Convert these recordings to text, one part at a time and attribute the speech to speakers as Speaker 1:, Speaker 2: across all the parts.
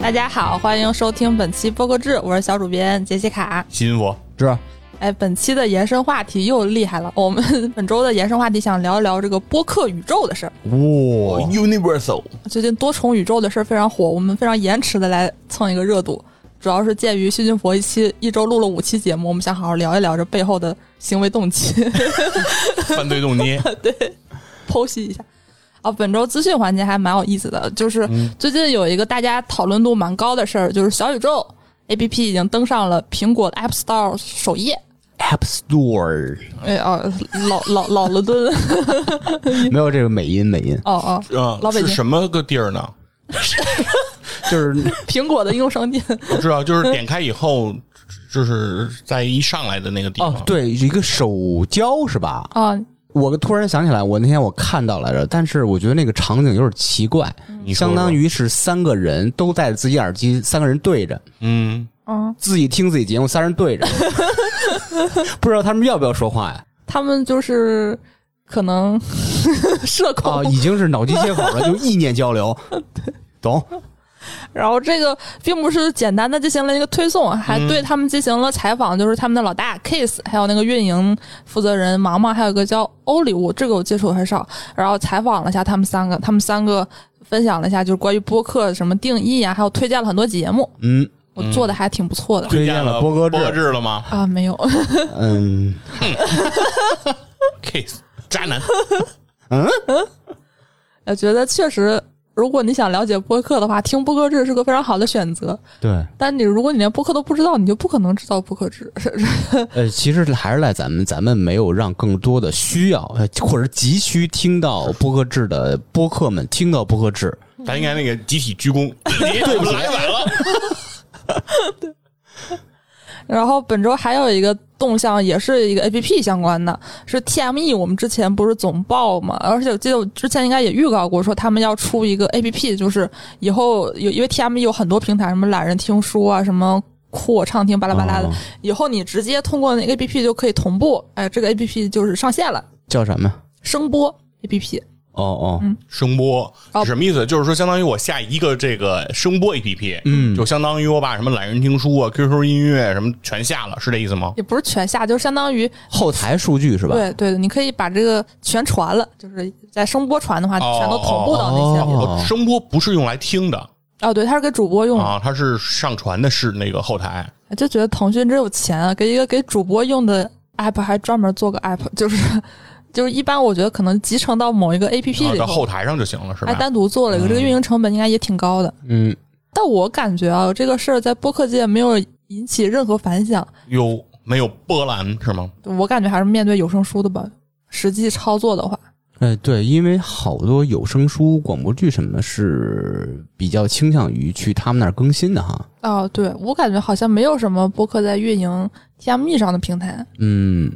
Speaker 1: 大家好，欢迎收听本期播客制，我是小主编杰西卡。
Speaker 2: 新我
Speaker 3: 是啊，
Speaker 1: 哎，本期的延伸话题又厉害了，我们本周的延伸话题想聊一聊这个播客宇宙的事儿。
Speaker 3: 哇、
Speaker 2: Universal
Speaker 1: 最近多重宇宙的事儿非常火，我们非常延迟的来蹭一个热度，主要是鉴于细菌佛一期一周录了五期节目，我们想好好聊一聊这背后的行为动机。
Speaker 2: 犯罪动机，
Speaker 1: 剖析一下。啊，本周资讯环节还蛮有意思的，就是最近有一个大家讨论度蛮高的事儿，就是小宇宙 APP 已经登上了苹果的 App Store 首页。
Speaker 3: App Store
Speaker 1: 哎哦，老老老了敦，
Speaker 3: 没有这个美音美音，
Speaker 1: 哦哦，
Speaker 2: 啊
Speaker 1: 老，北
Speaker 2: 是
Speaker 1: 京
Speaker 2: 什么个地儿呢？
Speaker 3: 就是
Speaker 1: 苹果的应用商店。
Speaker 2: 我知道，就是点开以后，就是在一上来的那个地方。
Speaker 3: 哦，，对，一个手交是吧？
Speaker 1: 啊，
Speaker 3: 我突然想起来，我那天我看到来着，但是我觉得那个场景有点奇怪，
Speaker 2: 你说说
Speaker 3: 相当于是三个人都戴着自己耳机，三个人对着
Speaker 2: 嗯，
Speaker 1: 嗯，
Speaker 3: 自己听自己节目，三人 对着，不知道他们要不要说话呀？
Speaker 1: 他们就是可能 社恐、
Speaker 2: 哦
Speaker 3: 啊，已经是脑机接口了，就意念 交流，懂？
Speaker 1: 然后这个并不是简单的进行了一个推送，还对他们进行了采访，就是他们的老大 Kiss，还有那个运营负责人毛毛，还有一个叫欧里乌，这个我接触很少。然后采访了一下他们三个，他们三个分享了一下就是关于播客什么定义啊，还有推荐了很多节目，
Speaker 3: 嗯
Speaker 1: 我做的还挺不错的、
Speaker 3: 推荐了
Speaker 2: 波
Speaker 3: 波哥制
Speaker 2: 波哥制了吗
Speaker 1: 啊，没有，
Speaker 3: 嗯，
Speaker 2: ？Kiss 渣男，
Speaker 1: 我呃觉得确实。如果你想了解播客的话，听播客制是个非常好的选择。
Speaker 3: 对。
Speaker 1: 但你如果你连播客都不知道，你就不可能知道播客制。
Speaker 3: 呃，其实还是赖咱们，咱们没有让更多的需要呃或者急需听到播客制的播客们听到播客制。
Speaker 2: 咱应该那个集体鞠 躬，对不起，来晚了。
Speaker 1: 然后本周还有一个动向，也是一个 A P P 相关的，是 T M E。我们之前不是总报嘛，而且我记得我之前应该也预告过，说他们要出一个 A P P，就是以后有因为 T M E 有很多平台，什么懒人听书啊，什么酷我畅听巴拉巴拉的，
Speaker 3: 哦
Speaker 1: 以后你直接通过那 A P P 就可以同步，哎，这个 A P P 就是上线了，
Speaker 3: 叫什么？
Speaker 1: 声波 A P P。
Speaker 3: 哦哦，
Speaker 1: 嗯
Speaker 2: 声波
Speaker 1: 哦
Speaker 2: 什么意思？就是说，相当于我下一个这个声波 APP，
Speaker 3: 嗯
Speaker 2: 就相当于我把什么懒人听书啊、QQ 音乐什么全下了，是这意思吗？
Speaker 1: 也不是全下，就是相当于
Speaker 3: 后台数据是吧？
Speaker 1: 对对，你可以把这个全传了，就是在声波传的话，
Speaker 2: 哦
Speaker 1: 全都同步到那些里。
Speaker 3: 哦
Speaker 2: 哦声波不是用来听的
Speaker 1: 哦，对，它是给主播用的。哎
Speaker 2: 啊，它是上传的是那个后台。
Speaker 1: 就觉得腾讯真有钱啊，给一个给主播用的 app 还专门做个 app，就是 就是一般我觉得可能集成到某一个 app
Speaker 2: 啊
Speaker 1: 里
Speaker 2: 到
Speaker 1: 头，哎
Speaker 2: 后台上就行了，是
Speaker 1: 还
Speaker 2: 吧？
Speaker 1: 单独做了一个，这个运营成本应该也挺高的。
Speaker 3: 嗯，
Speaker 1: 但我感觉啊，这个事儿在播客界没有引起任何反响，
Speaker 2: 有没有波澜是吗？
Speaker 1: 我感觉还是面对有声书的吧。实际操作的话，
Speaker 3: 呃，对，因为好多有声书、广播剧什么的是比较倾向于去他们那儿更新的哈。
Speaker 1: 哦，对我感觉好像没有什么播客在运营 TME 上的平台，
Speaker 3: 嗯，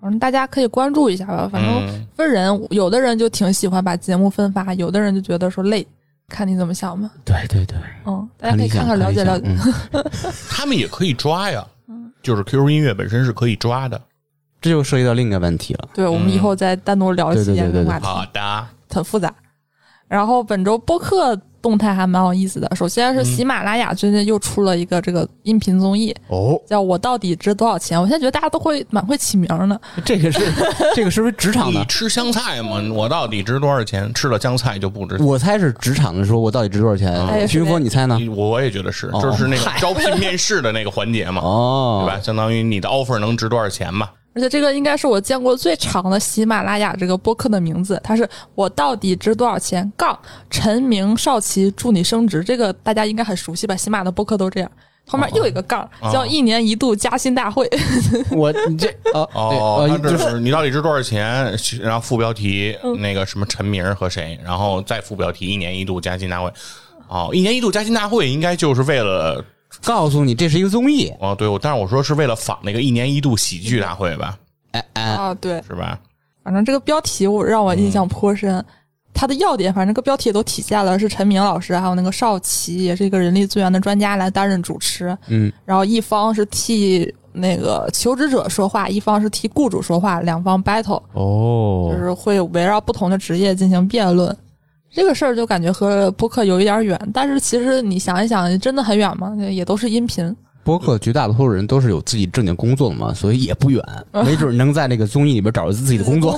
Speaker 1: 反正大家可以关注一下吧。反正
Speaker 2: 嗯
Speaker 1: 分人，有的人就挺喜欢把节目分发，有的人就觉得说累，看你怎么想吧。
Speaker 3: 对对对，
Speaker 1: 嗯，大家可以看看了解了解。
Speaker 3: 理想嗯
Speaker 2: 他们也可以抓呀，
Speaker 1: 嗯
Speaker 2: 就是 QQ 音乐本身是可以抓的。
Speaker 3: 这就涉及到另一个问题 了。
Speaker 1: 对，我们以后再单独聊一
Speaker 3: 对
Speaker 1: 期
Speaker 3: 对对
Speaker 1: 这个
Speaker 3: 对对
Speaker 1: 话题，
Speaker 2: 好的，
Speaker 1: 很复杂。然后本周播客动态还蛮有意思的，首先
Speaker 3: 嗯
Speaker 1: 是喜马拉雅最近又出了一个这个音频综艺，
Speaker 3: 哦，
Speaker 1: 叫我到底值多少钱？我现在觉得大家都会蛮会起名儿的。
Speaker 3: 这个是这个是不是职场
Speaker 2: 你
Speaker 3: 的？
Speaker 2: 吃香菜吗？我到底值多少钱？吃了香菜就不值。
Speaker 3: 我猜是职场的，说我到底值多少
Speaker 1: 哎
Speaker 3: 钱？
Speaker 1: 是
Speaker 3: 徐云
Speaker 1: 那
Speaker 3: 峰，你猜
Speaker 1: 嗯
Speaker 3: 呢？
Speaker 2: 我我也觉得是，
Speaker 3: 哦
Speaker 2: 就是那个招聘面试的那个环节嘛，
Speaker 3: 哦，
Speaker 2: 对吧？相当于你的 offer 能值多少钱嘛？
Speaker 1: 而且这个应该是我见过最长的喜马拉雅这个播客的名字，它是我到底值多少钱？杠陈明少奇祝你升职，这个大家应该很熟悉吧？喜马的播客都这样，后面又有一个杠，
Speaker 2: 哦
Speaker 1: 叫一年一度加薪大会。
Speaker 3: 我你这哦
Speaker 2: 哦，
Speaker 3: 对
Speaker 2: 它
Speaker 3: 呃就
Speaker 2: 这
Speaker 3: 是
Speaker 2: 是你到底值多少钱？然后副标题
Speaker 1: 嗯
Speaker 2: 那个什么陈明儿和谁，然后再副标题一年一度加薪大会。哦，一年一度加薪大会应该就是为了
Speaker 3: 告诉你这是一个综艺，
Speaker 2: 哦，对，我但是我说是为了仿那个一年一度喜剧大会吧，
Speaker 3: 哎哎，
Speaker 1: 啊，对，
Speaker 2: 是吧？
Speaker 1: 反正这个标题我让我印象颇深。它的要点，反正这个标题也都体现了，是陈明老师还有那个邵琦，也是一个人力资源的专家来担任主持。
Speaker 3: 嗯，
Speaker 1: 然后一方是替那个求职者说话，一方是替雇主说话，两方 battle，
Speaker 3: 哦
Speaker 1: 就是会围绕不同的职业进行辩论。这个事儿就感觉和播客有一点远，但是其实你想一想，真的很远吗？也都是音频。
Speaker 3: 播客绝大多数人都是有自己正经工作的嘛，所以也 不远，没准能在那个综艺里边找着自己的工作。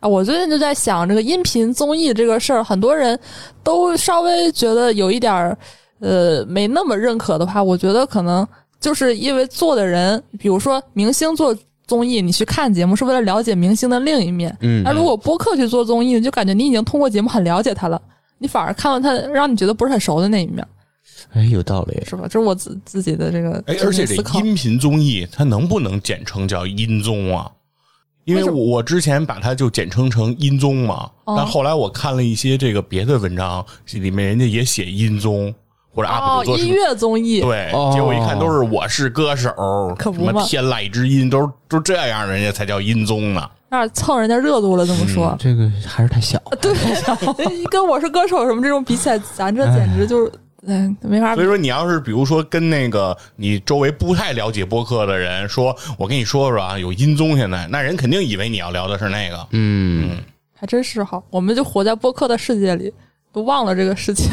Speaker 1: 啊，我最近就在想这个音频综艺这个事儿，很多人都稍微觉得有一点儿，呃，没那么认可的话，我觉得可能就是因为做的人，比如说明星做综艺，你去看节目是为了了解明星的另一面，
Speaker 3: 嗯
Speaker 1: 那如果播客去做综艺，就感觉你已经通过节目很了解他了，你反而看到他让你觉得不是很熟的那一面，
Speaker 3: 哎，有道理。
Speaker 1: 是吧？这是我自自己的这个
Speaker 2: 哎，
Speaker 1: 这
Speaker 2: 而
Speaker 1: 个
Speaker 2: 且这
Speaker 1: 思考。
Speaker 2: 音频综艺它能不能简称叫音综啊？因为
Speaker 1: 为什么
Speaker 2: 我我之前把它就简称成音综嘛，
Speaker 1: 哦
Speaker 2: 但后来我看了一些这个别的文章，里面人家也写音综或者 UP
Speaker 1: 哦
Speaker 2: 啊主，做什
Speaker 1: 音
Speaker 2: 么。
Speaker 1: 乐综艺，
Speaker 2: 对，
Speaker 3: 哦
Speaker 2: 结果一看都是我是歌手，
Speaker 1: 可不
Speaker 2: 什么
Speaker 1: 嘛
Speaker 2: 天籁之音，都是都这样，人家才叫音综呢。
Speaker 1: 那儿蹭人家热度了，这么
Speaker 2: 嗯
Speaker 1: 说。
Speaker 3: 这个还是太小，
Speaker 1: 对， 跟我是歌手什么这种比起来，咱这简直就是，嗯，没法
Speaker 2: 所
Speaker 1: 比
Speaker 2: 以。说，你要是比如说跟那个你周围不太了解播客的人说，我跟你说说啊，有音综现在，那人肯定以为你要聊的是那个。
Speaker 3: 嗯，
Speaker 1: 还真是哈，我们就活在播客的世界里，都忘了这 个世界。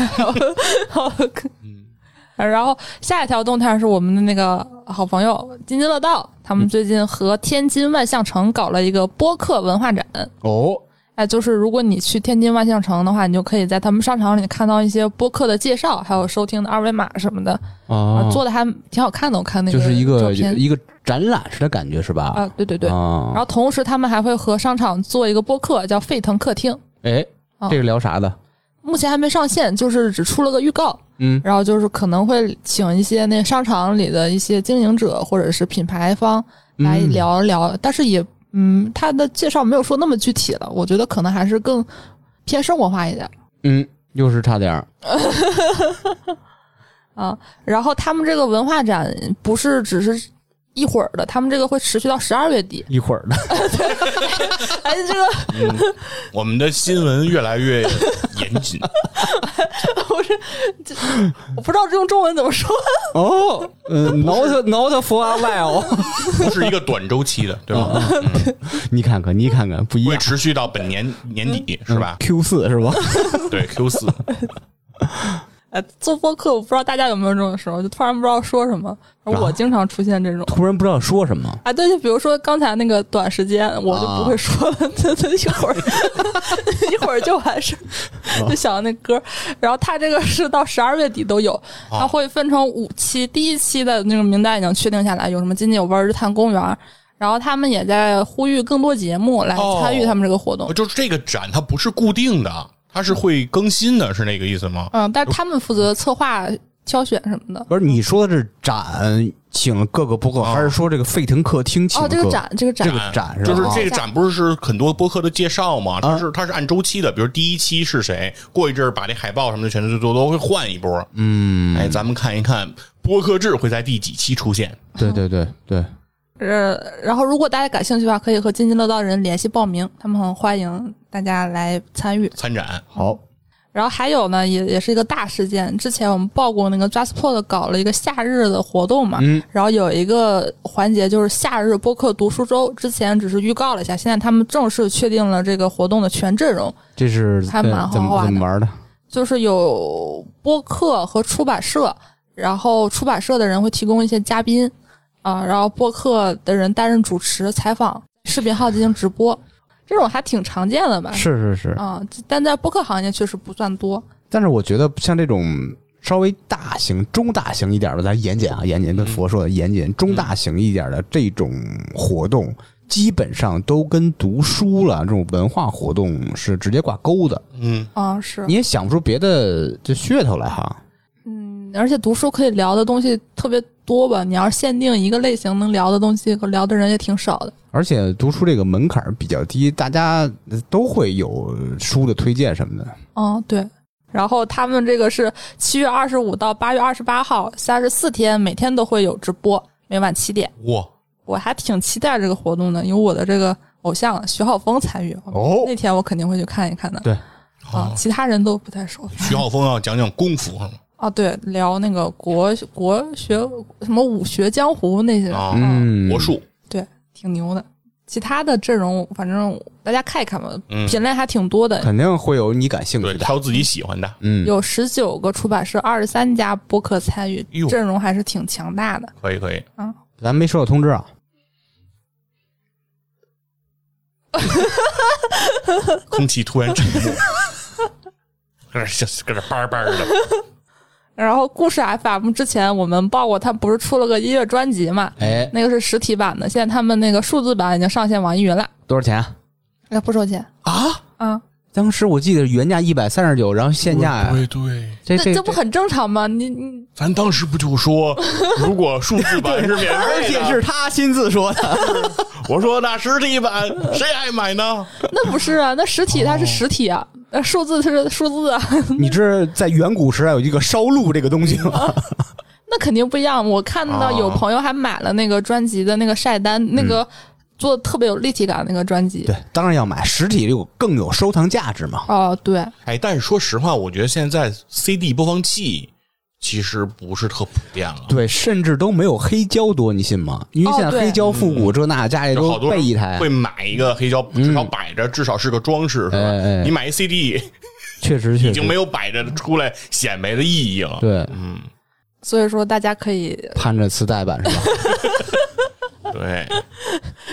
Speaker 2: 嗯
Speaker 1: 然后下一条动态是我们的那个好朋友津津乐道，他
Speaker 2: 嗯
Speaker 1: 们最近和天津万象城搞了一个播客文化展。
Speaker 3: 哦，
Speaker 1: 哎，就是如果你去天津万象城的话，你就可以在他们商场里看到一些播客的介绍，还有收听的二维码什么的，啊，
Speaker 3: 啊，
Speaker 1: 做的还挺好看的。我看那个
Speaker 3: 就是一
Speaker 1: 照
Speaker 3: 个
Speaker 1: 片
Speaker 3: 一个展览式的感觉是吧？
Speaker 1: 啊，对对对，然
Speaker 3: 啊，
Speaker 1: 后同时他们还会和商场做一个播客，叫《沸腾客厅》，
Speaker 3: 哎，
Speaker 1: 啊
Speaker 3: 这个聊啥的？
Speaker 1: 目前还没上线，就是只出了个预告。
Speaker 3: 嗯，
Speaker 1: 然后就是可能会请一些那商场里的一些经营者或者是品牌方来
Speaker 3: 嗯
Speaker 1: 聊一聊，但是也嗯，他的介绍没有说那么具体了，我觉得可能还是更偏生活化一点。
Speaker 3: 嗯，又是差点儿。。
Speaker 1: 啊，然后他们这个文化展不是只是一会儿的，他们这个会持续到十二月底
Speaker 3: 一会儿的，
Speaker 1: 哎，这个
Speaker 2: 我们的新闻越来越严谨，
Speaker 1: 我是这我不知道这用中文怎么说。
Speaker 3: 哦，嗯，not not for a while，
Speaker 2: 不是一个短周期的，对吧？
Speaker 3: 你看看，你看看，不一
Speaker 2: 会
Speaker 3: 样，嗯
Speaker 2: 持续到本年年底，是吧？
Speaker 3: ？Q 四是吧？
Speaker 2: 对，Q 四，
Speaker 1: 哎，做播客我不知道大家有没有这种时候，就突然不知道说什么。而我经常出现这种。
Speaker 3: 突然不知道说什么，
Speaker 1: 啊，对，就比如说刚才那个短时间，我就
Speaker 3: 啊
Speaker 1: 不会说了， 对对，一会儿一会儿就完事儿，就想那歌儿。然后他这个是到十二月底都有，
Speaker 3: 哦
Speaker 1: 他会分成五期，第一期的那个名单已经确定下来，有什么津津有味、日坛公园。然后他们也在呼吁更多节目来
Speaker 3: 哦
Speaker 1: 参与他们这个活动。
Speaker 2: 哦就是这个展它不是固定的，它是会更新的，是那个意思吗？
Speaker 1: 嗯，但是他们负责策划、挑选什么的。
Speaker 3: 不是你说的是展，请了各个播客，
Speaker 2: 哦
Speaker 3: 还是说这个沸腾客厅请
Speaker 1: 哦，
Speaker 3: 了各？
Speaker 1: 这个展，这个展
Speaker 3: 这个展是吧啊
Speaker 2: 就是这个展不是是很多播客的介绍吗？它是它是按周期的，比如第一期是谁，过一阵儿把这海报什么的全都都都会换一波。
Speaker 3: 嗯，
Speaker 2: 哎，咱们看一看播客制会在第几期出现。
Speaker 3: 对对对对，
Speaker 1: 呃，然后如果大家感兴趣的话，可以和津津乐道人联系报名，他们很欢迎大家来参与。
Speaker 2: 参展
Speaker 3: 好，
Speaker 1: 然后还有呢，也也是一个大事件，之前我们报过那个 Jasper 搞了一个夏日的活动嘛，
Speaker 3: 嗯
Speaker 1: 然后有一个环节就是夏日播客读书周，之前只是预告了一下，现在他们正式确定了这个活动的全阵容，
Speaker 3: 这是
Speaker 1: 还
Speaker 3: 呃
Speaker 1: 蛮
Speaker 3: 怎
Speaker 1: 豪
Speaker 3: 么
Speaker 1: 华
Speaker 3: 怎么
Speaker 1: 的
Speaker 3: 玩的？
Speaker 1: 就是有播客和出版社，然后出版社的人会提供一些嘉宾啊、然后播客的人担任主持、采访，视频号进行直播，这种还挺常见的吧？
Speaker 3: 是是是，
Speaker 1: 啊、但在播客行业确实不算多。
Speaker 3: 但是我觉得像这种稍微大型、中大型一点的，咱严谨啊，严谨
Speaker 2: 嗯
Speaker 3: 跟佛说的严谨，中大型一点的这种活动，基本上都跟读书了这种文化活动是直接挂钩的，
Speaker 2: 嗯
Speaker 1: 啊、是
Speaker 3: 你，也想不出别的这噱头来哈。
Speaker 1: 嗯，而且读书可以聊的东西特别多吧？你要是限定一个类型能聊的东西，可聊的人也挺少的。
Speaker 3: 而且读书这个门槛儿比较低，大家都会有书的推荐什么的。
Speaker 1: 嗯，对。然后他们这个是七月二十五到八月二十八号，三十四天，每天都会有直播，每晚七点。
Speaker 2: 哇，
Speaker 1: 我还挺期待这个活动的，有我的这个偶像啊徐浩峰参与。
Speaker 3: 哦
Speaker 1: 那天我肯定会去看一看的。
Speaker 3: 对，
Speaker 1: 啊，其他人都不太熟。
Speaker 2: 徐浩峰要讲讲功夫是吗？
Speaker 1: 啊，对，聊那个国国学什么武学江湖那些，
Speaker 2: 啊，
Speaker 3: 嗯，
Speaker 2: 国术
Speaker 1: 对，挺牛的。其他的阵容，反正大家看一看吧，
Speaker 2: 嗯
Speaker 1: 品类还挺多的，
Speaker 3: 肯定会有你感兴
Speaker 2: 对，
Speaker 3: 趣的。嗯
Speaker 2: 挑自己喜欢的，
Speaker 1: 有十九个出版社，二十三家播客参与
Speaker 2: 哟，
Speaker 1: 阵容还是挺强大的。
Speaker 2: 可以可以。
Speaker 3: 咱没收到通知啊，
Speaker 2: 空气突然沉默，搁这搁这叭叭的，
Speaker 1: 然后故事 FM 之前我们报过，他不是出了个音乐专辑嘛？
Speaker 3: 哎，
Speaker 1: 那个是实体版的，现在他们那个数字版已经上线网易云了，
Speaker 3: 多少钱啊？
Speaker 1: 那哎不收钱。
Speaker 3: 啊
Speaker 1: 嗯，
Speaker 3: 当时我记得原价一百三十九，然后现价
Speaker 2: 对对，
Speaker 3: 这
Speaker 1: 那
Speaker 3: 哎这
Speaker 1: 这不很正常吗？你你
Speaker 2: 咱当时不就说，如果数 字版是免费的，
Speaker 3: 而且是他亲自说 的，
Speaker 2: 我说那实体版谁爱买呢？
Speaker 1: 那不是啊？那实体它是实体啊，呃数字它是数字啊，
Speaker 3: 你知道在远古时代有一个烧录这个东西 吗？
Speaker 1: 那肯定不一样。我看到有
Speaker 2: 哦
Speaker 1: 朋友还买了那个专辑的那个晒单，那个做的特别有立体感的那个专辑。
Speaker 3: 对，当然要买实体有更有收藏价值嘛。
Speaker 1: 哦，对，
Speaker 2: 哎，但是说实话，我觉得现在 CD 播放器其实不是特普遍了。
Speaker 3: 对，甚至都没有黑胶多，你信吗？因为
Speaker 1: 哦
Speaker 3: 现在
Speaker 1: 对
Speaker 3: 黑胶复古这那家里
Speaker 2: 嗯有好
Speaker 3: 都
Speaker 2: 多
Speaker 3: 备
Speaker 2: 人
Speaker 3: 一台
Speaker 2: 会，买一个黑胶，至少摆着，至少是个装饰，是吧
Speaker 3: 哎哎？
Speaker 2: 你买一 CD
Speaker 3: 确实确
Speaker 2: 已
Speaker 3: 实
Speaker 2: 经没有摆着出来显摆的意义了。
Speaker 3: 对，
Speaker 2: 嗯，
Speaker 1: 所以说大家可以
Speaker 3: 盼着磁带版是吧？
Speaker 2: 对，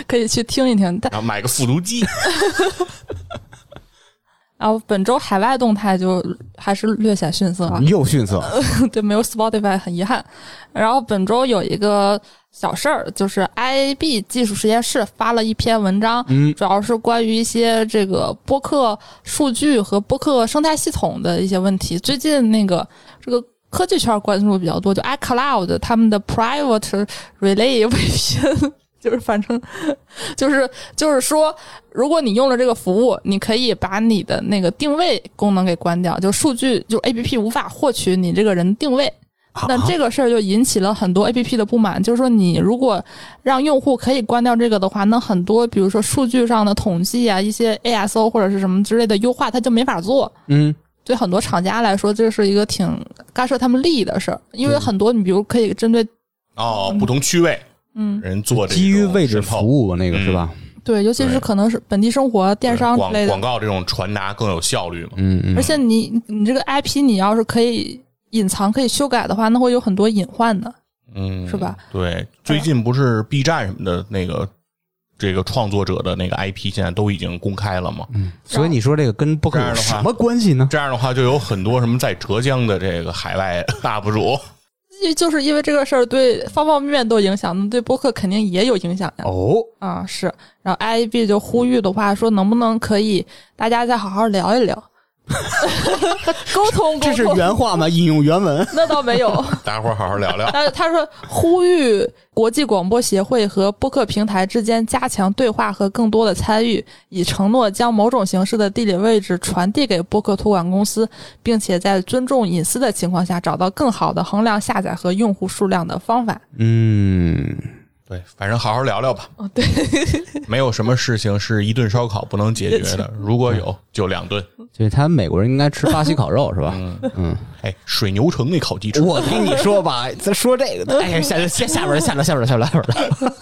Speaker 1: 可以去听一听。但
Speaker 2: 然后买个复读机，
Speaker 1: 然后本周海外动态就还是略显逊色啊，
Speaker 3: 又逊色，
Speaker 1: 对，没有 Spotify 很遗憾。然后本周有一个小事儿，就是 IAB 技术实验室发了一篇文章，
Speaker 3: 嗯
Speaker 1: 主要是关于一些这个播客数据和播客生态系统的一些问题。最近那个这个。科技圈关注比较多，就 iCloud 他们的 Private Relay VPN，就是反正就是就是说，如果你用了这个服务，你可以把你的那个定位功能给关掉，就数据就 A P P 无法获取你这个人定位。
Speaker 3: 啊
Speaker 1: 那这个事儿就引起了很多 A P P 的不满，就是说你如果让用户可以关掉这个的话，那很多比如说数据上的统计啊，一些 A S O 或者是什么之类的优化，它就没法做。
Speaker 3: 嗯，
Speaker 1: 对很多厂家来说，这是一个挺干涉他们利益的事儿，因为很多你比如可以针对
Speaker 2: 哦，不同区位，
Speaker 1: 嗯
Speaker 2: 人做这
Speaker 3: 基于位置
Speaker 2: 种渗透
Speaker 3: 服务那个是吧？
Speaker 1: 对，尤其是
Speaker 2: 对
Speaker 1: 可能是本地生活、电商之
Speaker 2: 广
Speaker 1: 类的
Speaker 2: 广告这种传达更有效率嘛。
Speaker 3: 嗯嗯
Speaker 1: 而且你你这个 IP 你要是可以隐藏、可以修改的话，那会有很多隐患的。
Speaker 2: 嗯，
Speaker 1: 是吧？
Speaker 2: 对，最近不是 B 站什么的那个这个创作者的那个 IP 现在都已经公开了嘛？
Speaker 3: 嗯，所以你说这个跟播客
Speaker 2: 这
Speaker 3: 有
Speaker 2: 样的话
Speaker 3: 什么关系呢？
Speaker 2: 这样的话，就有很多什么在浙江的这个海外 UP 主，
Speaker 1: 因为就是因为这个事儿对方方面面都有影响，那对播客肯定也有影响呀。
Speaker 3: 哦，
Speaker 1: 啊，是。然后 IAB 就呼吁的话，说能不能可以大家再好好聊 一聊， 沟通沟
Speaker 3: 这是
Speaker 1: 通。
Speaker 3: 原话吗？引用原文？
Speaker 1: 那倒没有，
Speaker 2: 大家伙儿好好 聊聊。
Speaker 1: 但是他说呼吁国际广播协会和播客平台之间加强对话和更多的参与，以承诺将某种形式的地理位置传递给播客托管公司，并且在尊重隐私的情况下，找到更好的衡量下载和用户数量的方法。
Speaker 3: 嗯，
Speaker 2: 对，反正好好聊聊吧。
Speaker 1: 哦，对，
Speaker 2: 没有什么事情是一顿烧烤不能解 决的，如果有就两顿。
Speaker 3: 就是他们美国人应该吃巴西烤肉是吧？
Speaker 2: 哎，水牛城那烤鸡翅，
Speaker 3: 我跟你说吧，咱说这个，哎呀，下下下边儿下边儿下边儿下边儿下边儿了，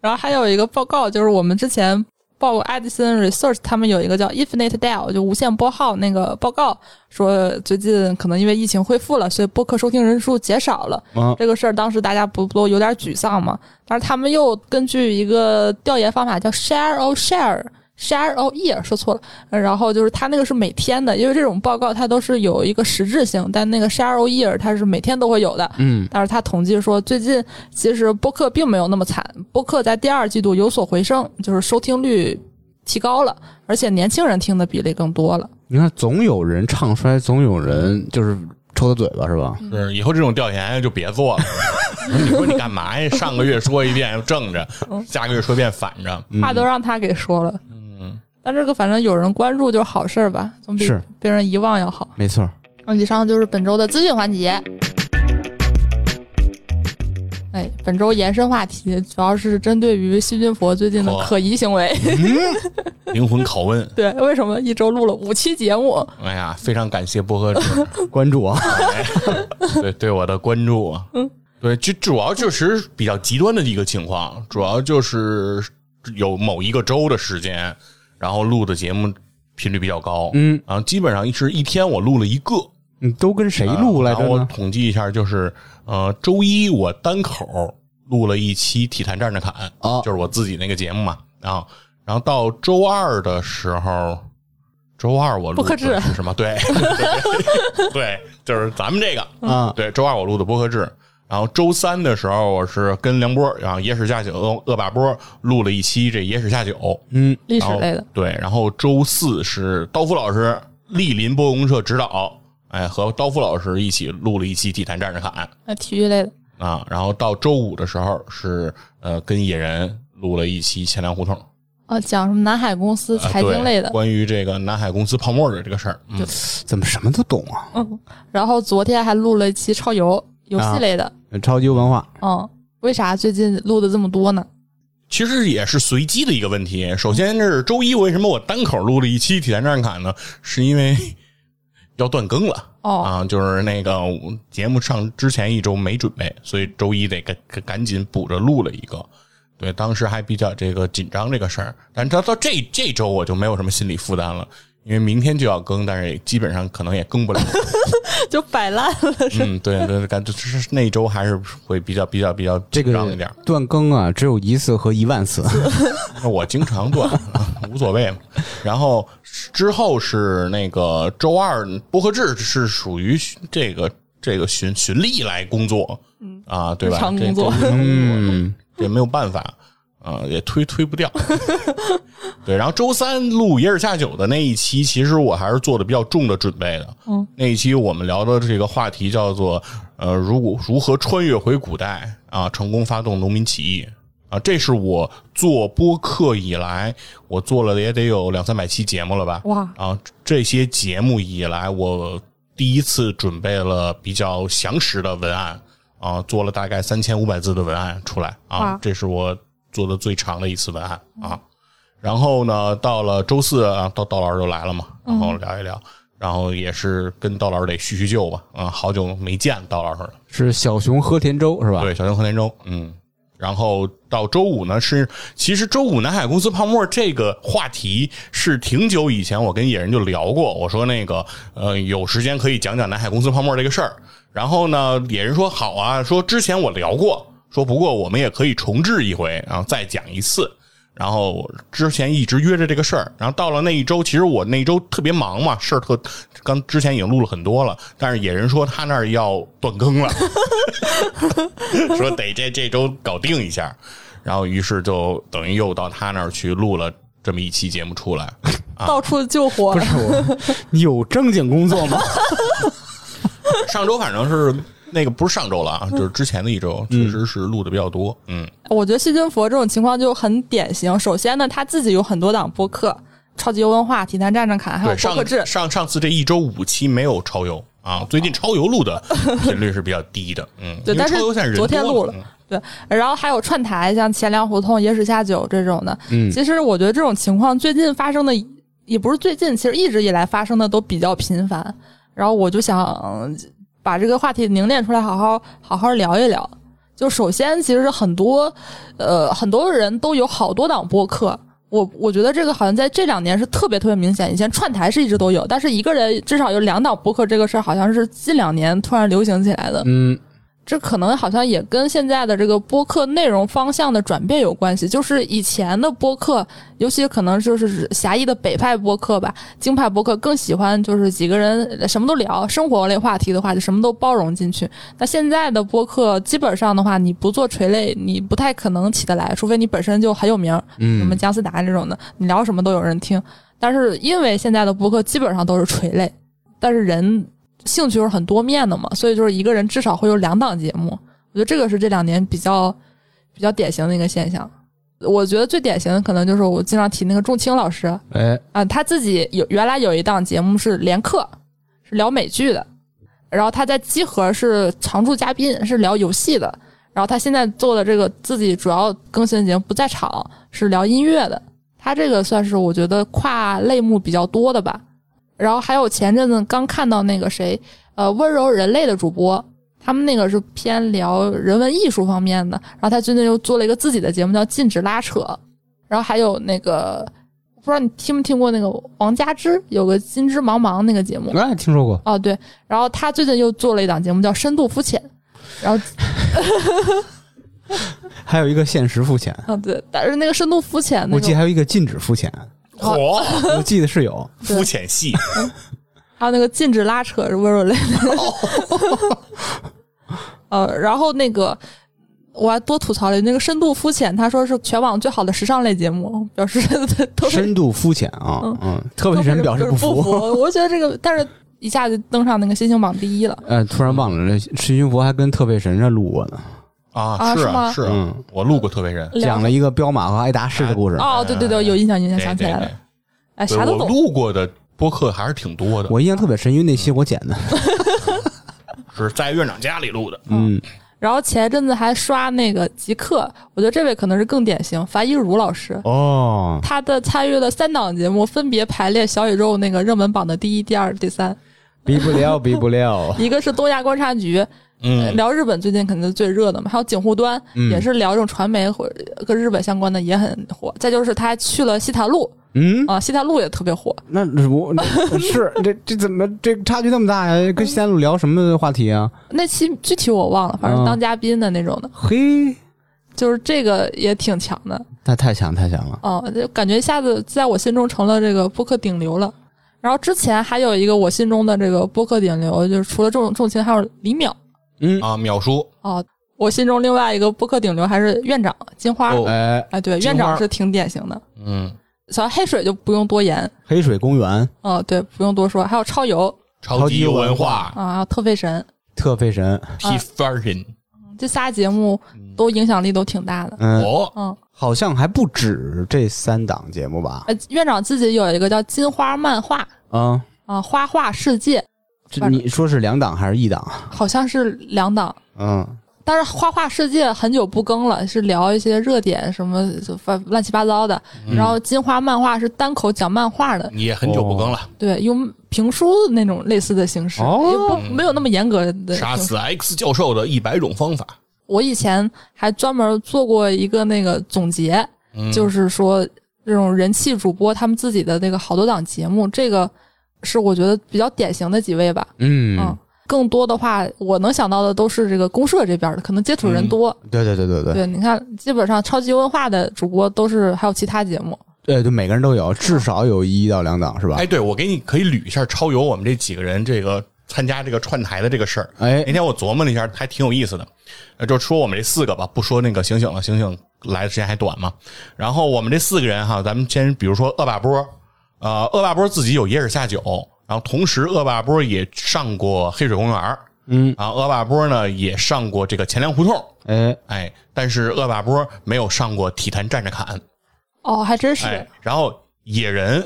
Speaker 1: 然后还有一个报告，就是我们之前报过 Edison Research，他们有一个叫 Infinite Dial，就无限拨号那个报告，说最近可能因为疫情恢复了，所以播客收听人数减少了。
Speaker 3: 嗯，
Speaker 1: 这个事儿当时大家不都有点沮丧嘛？但是他们又根据一个调研方法叫 share o share。share o year 说错了，呃然后就是他那个是每天的，因为这种报告它都是有一个实质性，但那个 share o year 它是每天都会有的。
Speaker 3: 嗯，
Speaker 1: 但是他统计说，最近其实播客并没有那么惨，播客在第二季度有所回升，就是收听率提高了，而且年轻人听的比例更多了。
Speaker 3: 你看，总有人唱衰，总有人就是抽他嘴巴是吧？
Speaker 2: 是以后这种调研哎就别 做了。你说你干嘛呀？上个月说一遍正着，
Speaker 1: 嗯
Speaker 2: 下个月说一遍反 着。
Speaker 3: 嗯
Speaker 1: 话都让他给说了。嗯，但这个反正有人关注就是好事儿吧，总比
Speaker 3: 是
Speaker 1: 别人遗忘要好。
Speaker 3: 没错儿，
Speaker 1: 那嗯以上就是本周的资讯环节。哎，本周延伸话题主要是针对于细菌佛最近的
Speaker 2: 好啊
Speaker 1: 可疑行为。
Speaker 2: 嗯灵魂拷问，
Speaker 1: 对，为什么一周录了五期节目？
Speaker 2: 哎呀，非常感谢播客者
Speaker 3: 关注啊，
Speaker 2: 对对我的关注啊。嗯，对，就主要就是比较极端的一个情况，主要就是有某一个周的时间，然后录的节目频率比较高，
Speaker 3: 嗯，
Speaker 2: 然后基本上是一天我录了一个，
Speaker 3: 你都跟谁
Speaker 2: 啊
Speaker 3: 录来
Speaker 2: 然
Speaker 3: 着
Speaker 2: 后我
Speaker 3: 呢？
Speaker 2: 统计一下，就是呃，周一我单口录了一期《体坛站着侃》，
Speaker 3: 哦
Speaker 2: 就是我自己那个节目嘛。然后，然后到周二的时候，周二我录
Speaker 1: 不可
Speaker 2: 的
Speaker 1: 治
Speaker 2: 是什么？对，对， 就是咱们这个，
Speaker 3: 啊，
Speaker 2: 对，周二我录的播客制。然后周三的时候，我是跟梁波，然后野史下酒恶恶霸波录了一期这野史下酒，
Speaker 3: 嗯，
Speaker 1: 历史
Speaker 2: 然后
Speaker 1: 类的。
Speaker 2: 对，然后周四是刀夫老师莅临播公社指导，哎，和刀夫老师一起录了一期《体坛战士侃
Speaker 1: 啊，体育类的，》
Speaker 2: 啊。然后到周五的时候是呃跟野人录了一期钱粮胡同，
Speaker 1: 啊，讲什么南海公司
Speaker 2: 啊
Speaker 1: 财经类的
Speaker 2: 对，关于这个南海公司泡沫的这个事儿。嗯，
Speaker 3: 怎么什么都懂啊？
Speaker 1: 嗯，然后昨天还录了一期超游游
Speaker 2: 啊
Speaker 1: 戏类的，
Speaker 3: 超级文化，
Speaker 1: 嗯，为啥最近录的这么多呢？
Speaker 2: 其实也是随机的一个问题。首先是周一，为什么我单口录了一期《体坛战士侃》呢？是因为 要断更了。
Speaker 1: 哦，
Speaker 2: 啊，就是那个我节目上之前一周没准备，所以周一得赶赶赶紧补着录了一个。对，当时还比较这个紧张这个事儿，但是到到这这周我就没有什么心理负担了，因为明天就要更，但是也基本上可能也更不了。
Speaker 1: 就摆烂了。
Speaker 2: 嗯，对对，感觉就是那一周还是会比较比较比较
Speaker 3: 这
Speaker 2: 紧张一
Speaker 3: 个
Speaker 2: 点儿。
Speaker 3: 断更啊，只有一次和一万 次。
Speaker 2: 那我经常断， 啊无所谓嘛。然后之后是那个周二播客制是属于这个这个循循例来工作，啊，对吧？
Speaker 1: 嗯日常
Speaker 2: 这
Speaker 1: 工作
Speaker 2: 这
Speaker 3: 嗯，
Speaker 2: 这没有办法，啊，也推推不掉。对，然后周三录《野尔下酒》的那一期，其实我还是做的比较重的准备的。
Speaker 1: 嗯，
Speaker 2: 那一期我们聊的这个话题叫做呃，如果如何穿越回古代啊，成功发动农民起义啊，这是我做播客以来，我做了也得有两三百期节目了吧？
Speaker 1: 哇，
Speaker 2: 啊，这些节目以来，我第一次准备了比较详实的文案啊，做了大概三千五百字的文案出来啊
Speaker 1: 哇，
Speaker 2: 这是我做的最长的一次文案啊。然后呢，到了周四啊，到道老师就来了嘛，然后聊一聊，然后也是跟道老师得叙叙旧吧啊，好久没见道老师了。
Speaker 3: 是小熊喝甜粥是吧？
Speaker 2: 对，小熊和田周，嗯。然后到周五呢，是其实周五南海公司泡沫这个话题是挺久以前我跟野人就聊过，我说那个呃有时间可以讲讲南海公司泡沫这个事儿。然后呢，野人说好啊，说之前我聊过，说不过我们也可以重置一回，然后再讲一次。然后之前一直约着这个事儿，然后到了那一周，其实我那一周特别忙嘛，事儿特刚之前已经录了很多了，但是野人说他那儿要断更了， 说得这这周搞定一下，然后于是就等于又到他那儿去录了这么一期节目出来，
Speaker 1: 到处救火
Speaker 3: 不，是我，你有正经工作吗？
Speaker 2: 上周反正是。那个不是上周了啊，就是之前的一周，确实是录的比较多。嗯，
Speaker 1: 我觉得细菌佛这种情况就很典型。首先呢，他自己有很多档播客，超级游文化、体坛战战侃，还有
Speaker 2: 对，
Speaker 1: 播客制
Speaker 2: 上。上上次这一周五期没有超游啊，最近超游录 的频率是比较低的。嗯，
Speaker 1: 对，
Speaker 2: 因为
Speaker 1: 但是
Speaker 2: 超游现在人
Speaker 1: 昨天
Speaker 2: 多
Speaker 1: 录了
Speaker 2: 嗯，
Speaker 1: 对，然后还有串台，像钱粮胡同、野史下酒这种的。
Speaker 3: 嗯
Speaker 1: 其实我觉得这种情况最近发生的也不是最近，其实一直以来发生的都比较频繁。然后我就想嗯把这个话题凝练出来，好好好好聊一聊。就首先，其实很多呃 很多人都有好多档播客。我我觉得这个好像在这两年是特别特别明显，以前串台是一直都有，但是一个人至少有两档播客这个事儿，好像是近两年突然流行起来的。
Speaker 3: 嗯，
Speaker 1: 这可能好像也跟现在的这个播客内容方向的转变有关系。就是以前的播客，尤其可能就是狭义的北派播客吧，京派播客更喜欢就是几个人什么都聊，生活类话题的话就什么都包容进去。那现在的播客基本上的话，你不做垂类，你不太可能起得来，除非你本身就很有名，
Speaker 3: 嗯
Speaker 1: 什么姜思达这种的，你聊什么都有人听。但是因为现在的播客基本上都是垂类，但是人兴趣是很多面的嘛，所以就是一个人至少会有两档节目。我觉得这个是这两年比较比较典型的一个现象。我觉得最典型的可能就是我经常提那个仲青老师啊、
Speaker 3: 哎，
Speaker 1: 他自己有原来有一档节目是连课，是聊美剧的，然后他在集合是常驻嘉宾，是聊游戏的。然后他现在做的这个自己主要更新的节目不在场，是聊音乐的。他这个算是我觉得跨类目比较多的吧。然后还有前阵子刚看到那个谁，呃，温柔人类的主播，他们那个是偏聊人文艺术方面的。然后他最近又做了一个自己的节目，叫《禁止拉扯》。然后还有那个，不知道你听没听过那个王佳芝有个《金枝茫茫》那个节目
Speaker 3: 哎，听说过，
Speaker 1: 哦，对，然后他最近又做了一档节目叫《深度肤浅》，然后
Speaker 3: 还有一个限时付钱，
Speaker 1: 嗯对，但是那个深度肤浅那
Speaker 3: 我记得
Speaker 1: 个，
Speaker 3: 还有一个禁止 付钱，
Speaker 2: 火
Speaker 1: 哦
Speaker 3: 我记得是有。
Speaker 2: 肤浅系，
Speaker 1: 还有那个禁止拉扯是 v e r 类的，呃，然后那个。我还多吐槽了那个深度肤浅，他说是全网最好的时尚类节目，表示都是
Speaker 3: 深度肤浅啊，
Speaker 1: 嗯
Speaker 3: 嗯，特别神表示
Speaker 1: 不
Speaker 3: 服。
Speaker 1: 我觉得这个，但是一下就登上那个新星榜第一了。
Speaker 3: 呃，突然忘了，那徐云佛还跟特佩神这录过呢，
Speaker 2: 啊，
Speaker 1: 啊
Speaker 2: 是
Speaker 1: 是吗
Speaker 2: 啊，是啊
Speaker 3: 嗯，
Speaker 2: 我录过特别人，
Speaker 3: 讲了一个彪马和爱达仕的故事。
Speaker 1: 哦，对对对，有印象，有印象，
Speaker 2: 对
Speaker 1: 想起来了。。哎，
Speaker 2: 对对
Speaker 1: 啥都
Speaker 2: 对我
Speaker 1: 懂。
Speaker 2: 录过的播客还是挺多的，
Speaker 3: 我印象特别深，因为那期我剪的。
Speaker 2: 是在院长家里录的。
Speaker 3: 嗯，
Speaker 1: 然后前一阵子还刷那个极客，我觉得这位可能是更典型，樊一茹老师。
Speaker 3: 哦，
Speaker 1: 他的参与了三档节目，分别排列小宇宙那个热门榜的第一、第二、第三。
Speaker 3: 比不了，比不了。
Speaker 1: 一个是东亚观察局，呃
Speaker 2: 嗯，
Speaker 1: 聊日本最近肯定是最热的嘛，还有警护端、
Speaker 3: 嗯
Speaker 1: 也是聊这种传媒或跟日本相关的也很火。再就是他还去了西塔路
Speaker 3: 嗯，
Speaker 1: 啊，西塔路也特别火，
Speaker 3: 那我是这这怎么这差距那么大呀？跟西安路聊什么话题啊？
Speaker 1: 那期具体我忘了，反正
Speaker 3: 嗯
Speaker 1: 当嘉宾的那种的，
Speaker 3: 嘿，
Speaker 1: 就是这个也挺强的，
Speaker 3: 那太强太强了。
Speaker 1: 嗯，就感觉一下子在我心中成了这个播客顶流了。然后之前还有一个我心中的这个播客顶流，就是除了重重情，还有李淼
Speaker 3: 嗯，
Speaker 2: 啊，淼叔，
Speaker 1: 哦，我心中另外一个播客顶流还是院长金花，
Speaker 2: 哦
Speaker 3: 哎，
Speaker 1: 哎，对，
Speaker 2: 金花
Speaker 1: 院长是挺典型的。
Speaker 2: 嗯，
Speaker 1: 小黑水就不用多言，
Speaker 3: 黑水公园
Speaker 1: 嗯，对，不用多说。还有超游
Speaker 2: 超级
Speaker 3: 级文
Speaker 2: 文
Speaker 3: 化
Speaker 2: 化
Speaker 1: 啊，还有特费神，
Speaker 3: 特费神，
Speaker 2: T version，
Speaker 1: 这仨节目都影响力都挺大的。
Speaker 3: 嗯，
Speaker 2: 哦，
Speaker 1: 嗯，
Speaker 3: 好像还不止这三档节目吧？
Speaker 1: 呃，院长自己有一个叫金花漫画
Speaker 3: 啊，
Speaker 1: 啊，花画世界，
Speaker 3: 这你说是两档还是一档？啊
Speaker 1: 好像是两档，
Speaker 3: 嗯，
Speaker 1: 但是花花世界很久不更了，是聊一些热点什么乱乱七八糟的。
Speaker 2: 嗯
Speaker 1: 然后金花漫画是单口讲漫画的，
Speaker 2: 你也很久不更了，
Speaker 1: 对，用评书那种类似的形式，
Speaker 3: 哦
Speaker 1: 也不没有那么严格的。
Speaker 2: 杀死 X 教授的一百种方法，
Speaker 1: 我以前还专门做过一个那个总结，
Speaker 2: 嗯
Speaker 1: 就是说这种人气主播他们自己的那个好多档节目，这个是我觉得比较典型的几位吧。嗯
Speaker 3: 嗯，，
Speaker 1: 更多的话，我能想到的都是这个公社这边的，可能接触
Speaker 2: 嗯
Speaker 1: 人多。
Speaker 3: 对对对对对，
Speaker 1: 对，你看，基本上超级文化的主播都是，还有其他节目。
Speaker 3: 哎对对，每个人都有，至少有一到两档是吧
Speaker 2: 哎，？对，我给你可以捋一下超游我们这几个人这个参加这个串台的这个事儿。
Speaker 3: 哎
Speaker 2: 那天我琢磨了一下，还挺有意思的。呃，就说我们这四个吧，不说那个醒醒了，醒醒来的时间还短嘛。然后我们这四个人哈，咱们先比如说恶霸波，呃，恶霸波自己有野史下酒，然后同时恶霸波也上过黑水公园，
Speaker 3: 嗯，
Speaker 2: 然后恶霸波呢也上过这个钱粮胡同，
Speaker 3: 哎，
Speaker 2: 哎，但是恶霸波没有上过体坛站着侃，
Speaker 1: 哦，还真是。
Speaker 2: 哎，然后野人，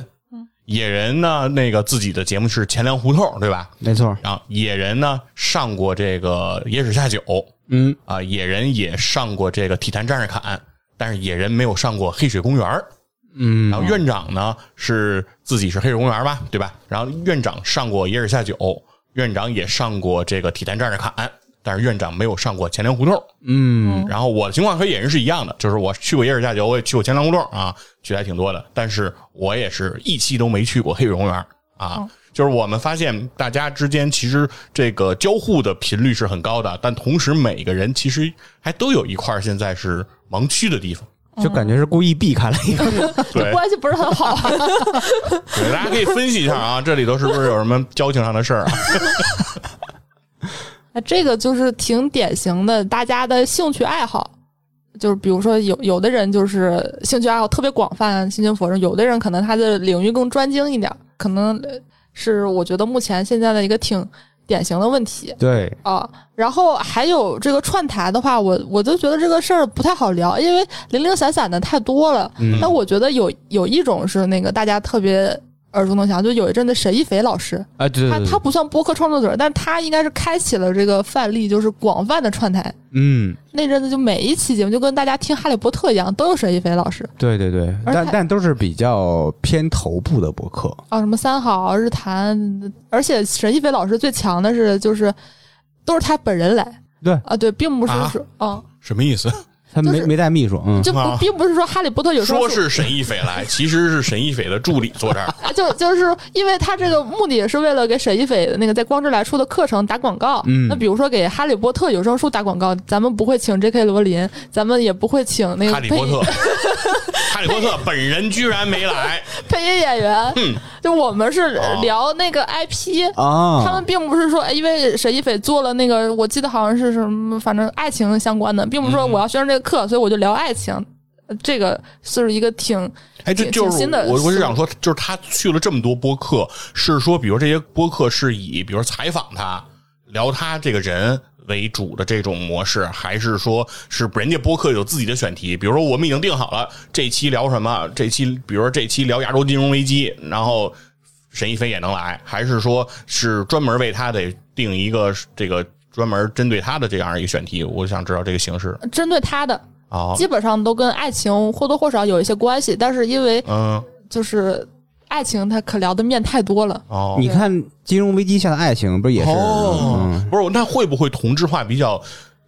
Speaker 2: 野人呢，那个自己的节目是钱粮胡同，对吧？
Speaker 3: 没错，
Speaker 2: 然后野人呢上过这个野史下酒
Speaker 3: 嗯，
Speaker 2: 啊、野人也上过这个体坛战士侃，但是野人没有上过黑水公园儿
Speaker 3: 嗯
Speaker 2: 然后院长呢是自己是黑水公园吧，对吧？然后院长上过野史下酒，院长也上过这个体坛战士侃，但是院长没有上过钱粮胡同。
Speaker 3: 嗯，
Speaker 2: 然后我的情况和野人是一样的，就是我去过野尔下酒，我也去过钱粮胡同啊，去的还挺多的，但是我也是一期都没去过黑水公园啊。就是我们发现大家之间其实这个交互的频率是很高的，但同时每个人其实还都有一块儿现在是盲区的地方。
Speaker 1: 嗯
Speaker 3: 就感觉是故意避开了一个，
Speaker 2: 对，
Speaker 1: 关系不是很好，
Speaker 2: 对大家可以分析一下啊，这里头是不是有什么交情上的事儿啊？
Speaker 1: 那这个就是挺典型的，大家的兴趣爱好，就是比如说有有的人就是兴趣爱好特别广泛，心情佛正；有的人可能他的领域更专精一点，可能呃是我觉得目前现在的一个挺典型的问题
Speaker 3: 对，
Speaker 1: 啊。然后还有这个串台的话，我我就觉得这个事儿不太好聊，因为零零散散的太多了。
Speaker 3: 嗯
Speaker 1: 但我觉得有有一种是那个大家特别耳熟能详，就有一阵子沈一菲老师，
Speaker 3: 啊，对
Speaker 1: 他他不算播客创作者，但是他应该是开启了这个范例，就是广泛的串台。
Speaker 3: 嗯，
Speaker 1: 那阵子就每一期节目就跟大家听《哈利波特》一样，都有沈一菲老师
Speaker 3: 对对对，
Speaker 1: 而
Speaker 3: 但
Speaker 1: 他
Speaker 3: 但都是比较偏头部的博客，
Speaker 1: 啊，什么三好日坛，而且沈一菲老师最强的是就是都是他本人来
Speaker 3: 对
Speaker 1: 啊，对，并不是
Speaker 2: 啊
Speaker 1: 说啊
Speaker 2: 什么意思？
Speaker 3: 他
Speaker 1: 就
Speaker 3: 没
Speaker 1: 是
Speaker 3: 没带秘书，嗯，
Speaker 1: 就不
Speaker 2: 啊
Speaker 1: 并不是说哈利波特有时候
Speaker 2: 说是沈亦斐来，其实是沈亦斐的助理坐这儿。
Speaker 1: 啊就就是因为他这个目的也是为了给沈一斐的那个在光之来出的课程打广告。
Speaker 3: 嗯
Speaker 1: 那比如说给《哈利波特》有声书打广告，咱们不会请 J.K. 罗琳，咱们也不会请那个
Speaker 2: 哈利
Speaker 1: 配
Speaker 2: 波特，哈利波特本人居然没来，
Speaker 1: 配音演员。
Speaker 2: 嗯
Speaker 1: 就我们是
Speaker 2: 啊
Speaker 1: 聊那个 IP，、
Speaker 3: 啊，
Speaker 1: 他们并不是说，哎因为沈一斐做了那个，我记得好像是什么，反正爱情相关的，并不是
Speaker 2: 嗯
Speaker 1: 说我要宣传这个课，所以我就聊爱情。呃这个是一个挺
Speaker 2: 哎，这
Speaker 1: 挺
Speaker 2: 就
Speaker 1: 挺
Speaker 2: 是
Speaker 1: 新的
Speaker 2: 我，我
Speaker 1: 思
Speaker 2: 是
Speaker 1: 路
Speaker 2: 想说，就是他去了这么多播客，是说，比如这些播客是以，比如采访他、聊他这个人为主的这种模式，还是说是人家播客有自己的选题？比如说，我们已经定好了这期聊什么，这期比如说这期聊亚洲金融危机，然后沈一飞也能来，还是说是专门为他得定一个这个专门针对他的这样一个选题？我想知道这个形式
Speaker 1: 针对他的，
Speaker 2: 啊，
Speaker 1: 基本上都跟爱情或多或少有一些关系，但是因为
Speaker 2: 嗯，
Speaker 1: 就是爱情，它可聊的面太多了。
Speaker 2: 哦，
Speaker 3: 你看《金融危机下的爱情》不是也是？嗯
Speaker 2: 哦，不是，那会不会同质化比较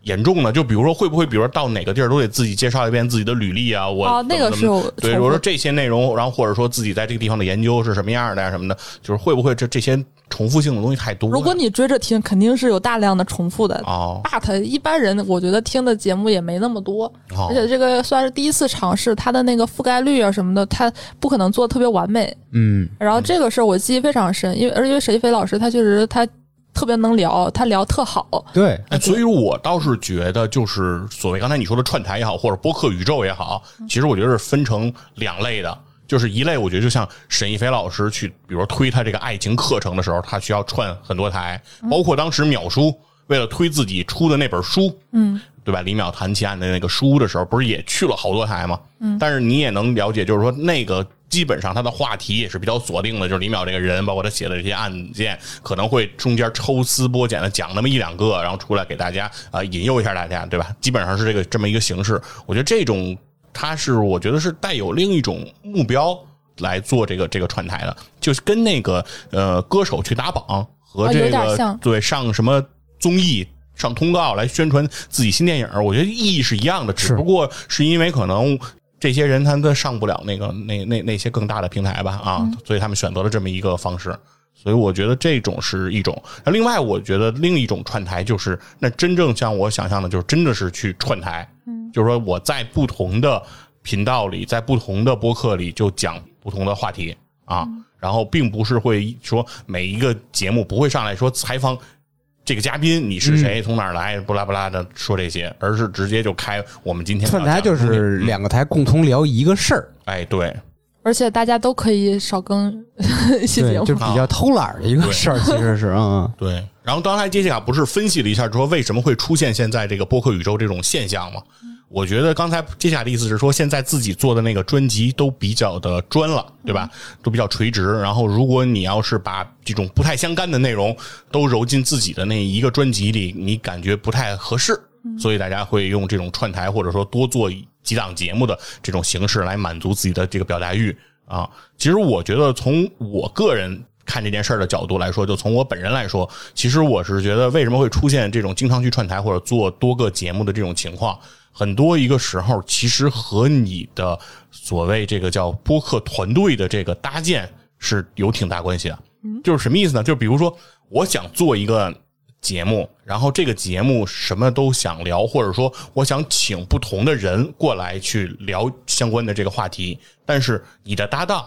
Speaker 2: 严重呢？就比如说，会不会比如说到哪个地儿都得自己介绍一遍自己的履历啊？我
Speaker 1: 哦那个
Speaker 2: 怎么
Speaker 1: 是有
Speaker 2: 对，
Speaker 1: 重复
Speaker 2: 我说这些内容，然后或者说自己在这个地方的研究是什么样的呀、什么的，就是会不会这这些重复性的东西太多了？
Speaker 1: 如果你追着听，肯定是有大量的重复的。
Speaker 2: 哦
Speaker 1: but 一般人我觉得听的节目也没那么多，
Speaker 2: 哦
Speaker 1: 而且这个算是第一次尝试，它的那个覆盖率啊什么的，它不可能做得特别完美。
Speaker 3: 嗯，
Speaker 1: 然后这个事儿我记忆非常深，因为而且因为沈一菲老师她确实她特别能聊，她聊特好，
Speaker 3: 对，
Speaker 2: 哎，所以我倒是觉得，就是所谓刚才你说的串台也好，或者播客宇宙也好，其实我觉得是分成两类的。就是一类，我觉得就像沈一菲老师去，比如推他这个爱情课程的时候，他需要串很多台，包括当时淼叔为了推自己出的那本书，
Speaker 1: 嗯，
Speaker 2: 对吧？李淼谈奇案的那个书的时候，不是也去了好多台吗？嗯，但是你也能了解，就是说那个基本上他的话题也是比较锁定的，就是李淼这个人，包括他写的这些案件，可能会中间抽丝剥茧的讲那么一两个，然后出来给大家啊、呃引诱一下大家，对吧？基本上是这个这么一个形式。我觉得这种它是我觉得是带有另一种目标来做这个这个串台的，就是跟那个呃歌手去打榜和
Speaker 1: 啊
Speaker 2: 这
Speaker 1: 有点
Speaker 2: 个、
Speaker 1: 像
Speaker 2: 对上什么综艺。上通告来宣传自己新电影，我觉得意义是一样的，只不过是因为可能这些人他们上不了那个那那那些更大的平台吧啊，所以他们选择了这么一个方式。所以我觉得这种是一种。那另外，我觉得另一种串台就是，那真正像我想象的，就是真的是去串台，嗯，就是说我在不同的频道里，在不同的播客里就讲不同的话题啊，
Speaker 3: 嗯
Speaker 2: 然后并不是会说每一个节目不会上来说采访。这个嘉宾你
Speaker 3: 嗯
Speaker 2: 是谁？从哪儿来？不拉不拉的说这些，而是直接就开我们今天要
Speaker 3: 串台
Speaker 2: 讲
Speaker 3: 就
Speaker 2: 的东西
Speaker 3: 是两个台共同聊一个事儿，
Speaker 2: 哎，对，
Speaker 1: 而且大家都可以少更 一些
Speaker 3: 对
Speaker 1: 节，目
Speaker 3: 就。比较偷懒的一个事儿，其实是嗯，嗯
Speaker 2: 对，然后刚才杰西卡不是分析了一下，说为什么会出现现在这个播客宇宙这种现象吗？我觉得刚才杰西卡的意思是说，现在自己做的那个专辑都比较的专了，对吧？都比较垂直。然后，如果你要是把这种不太相干的内容都揉进自己的那一个专辑里，你感觉不太合适，所以大家会用这种串台，或者说多做几档节目的这种形式来满足自己的这个表达欲啊。其实我觉得，从我个人看这件事儿的角度来说，就从我本人来说，其实我是觉得为什么会出现这种经常去串台或者做多个节目的这种情况，很多一个时候其实和你的所谓这个叫播客团队的这个搭建是有挺大关系的。就是什么意思呢？就比如说，我想做一个节目，然后这个节目什么都想聊，或者说我想请不同的人过来去聊相关的这个话题，但是你的搭档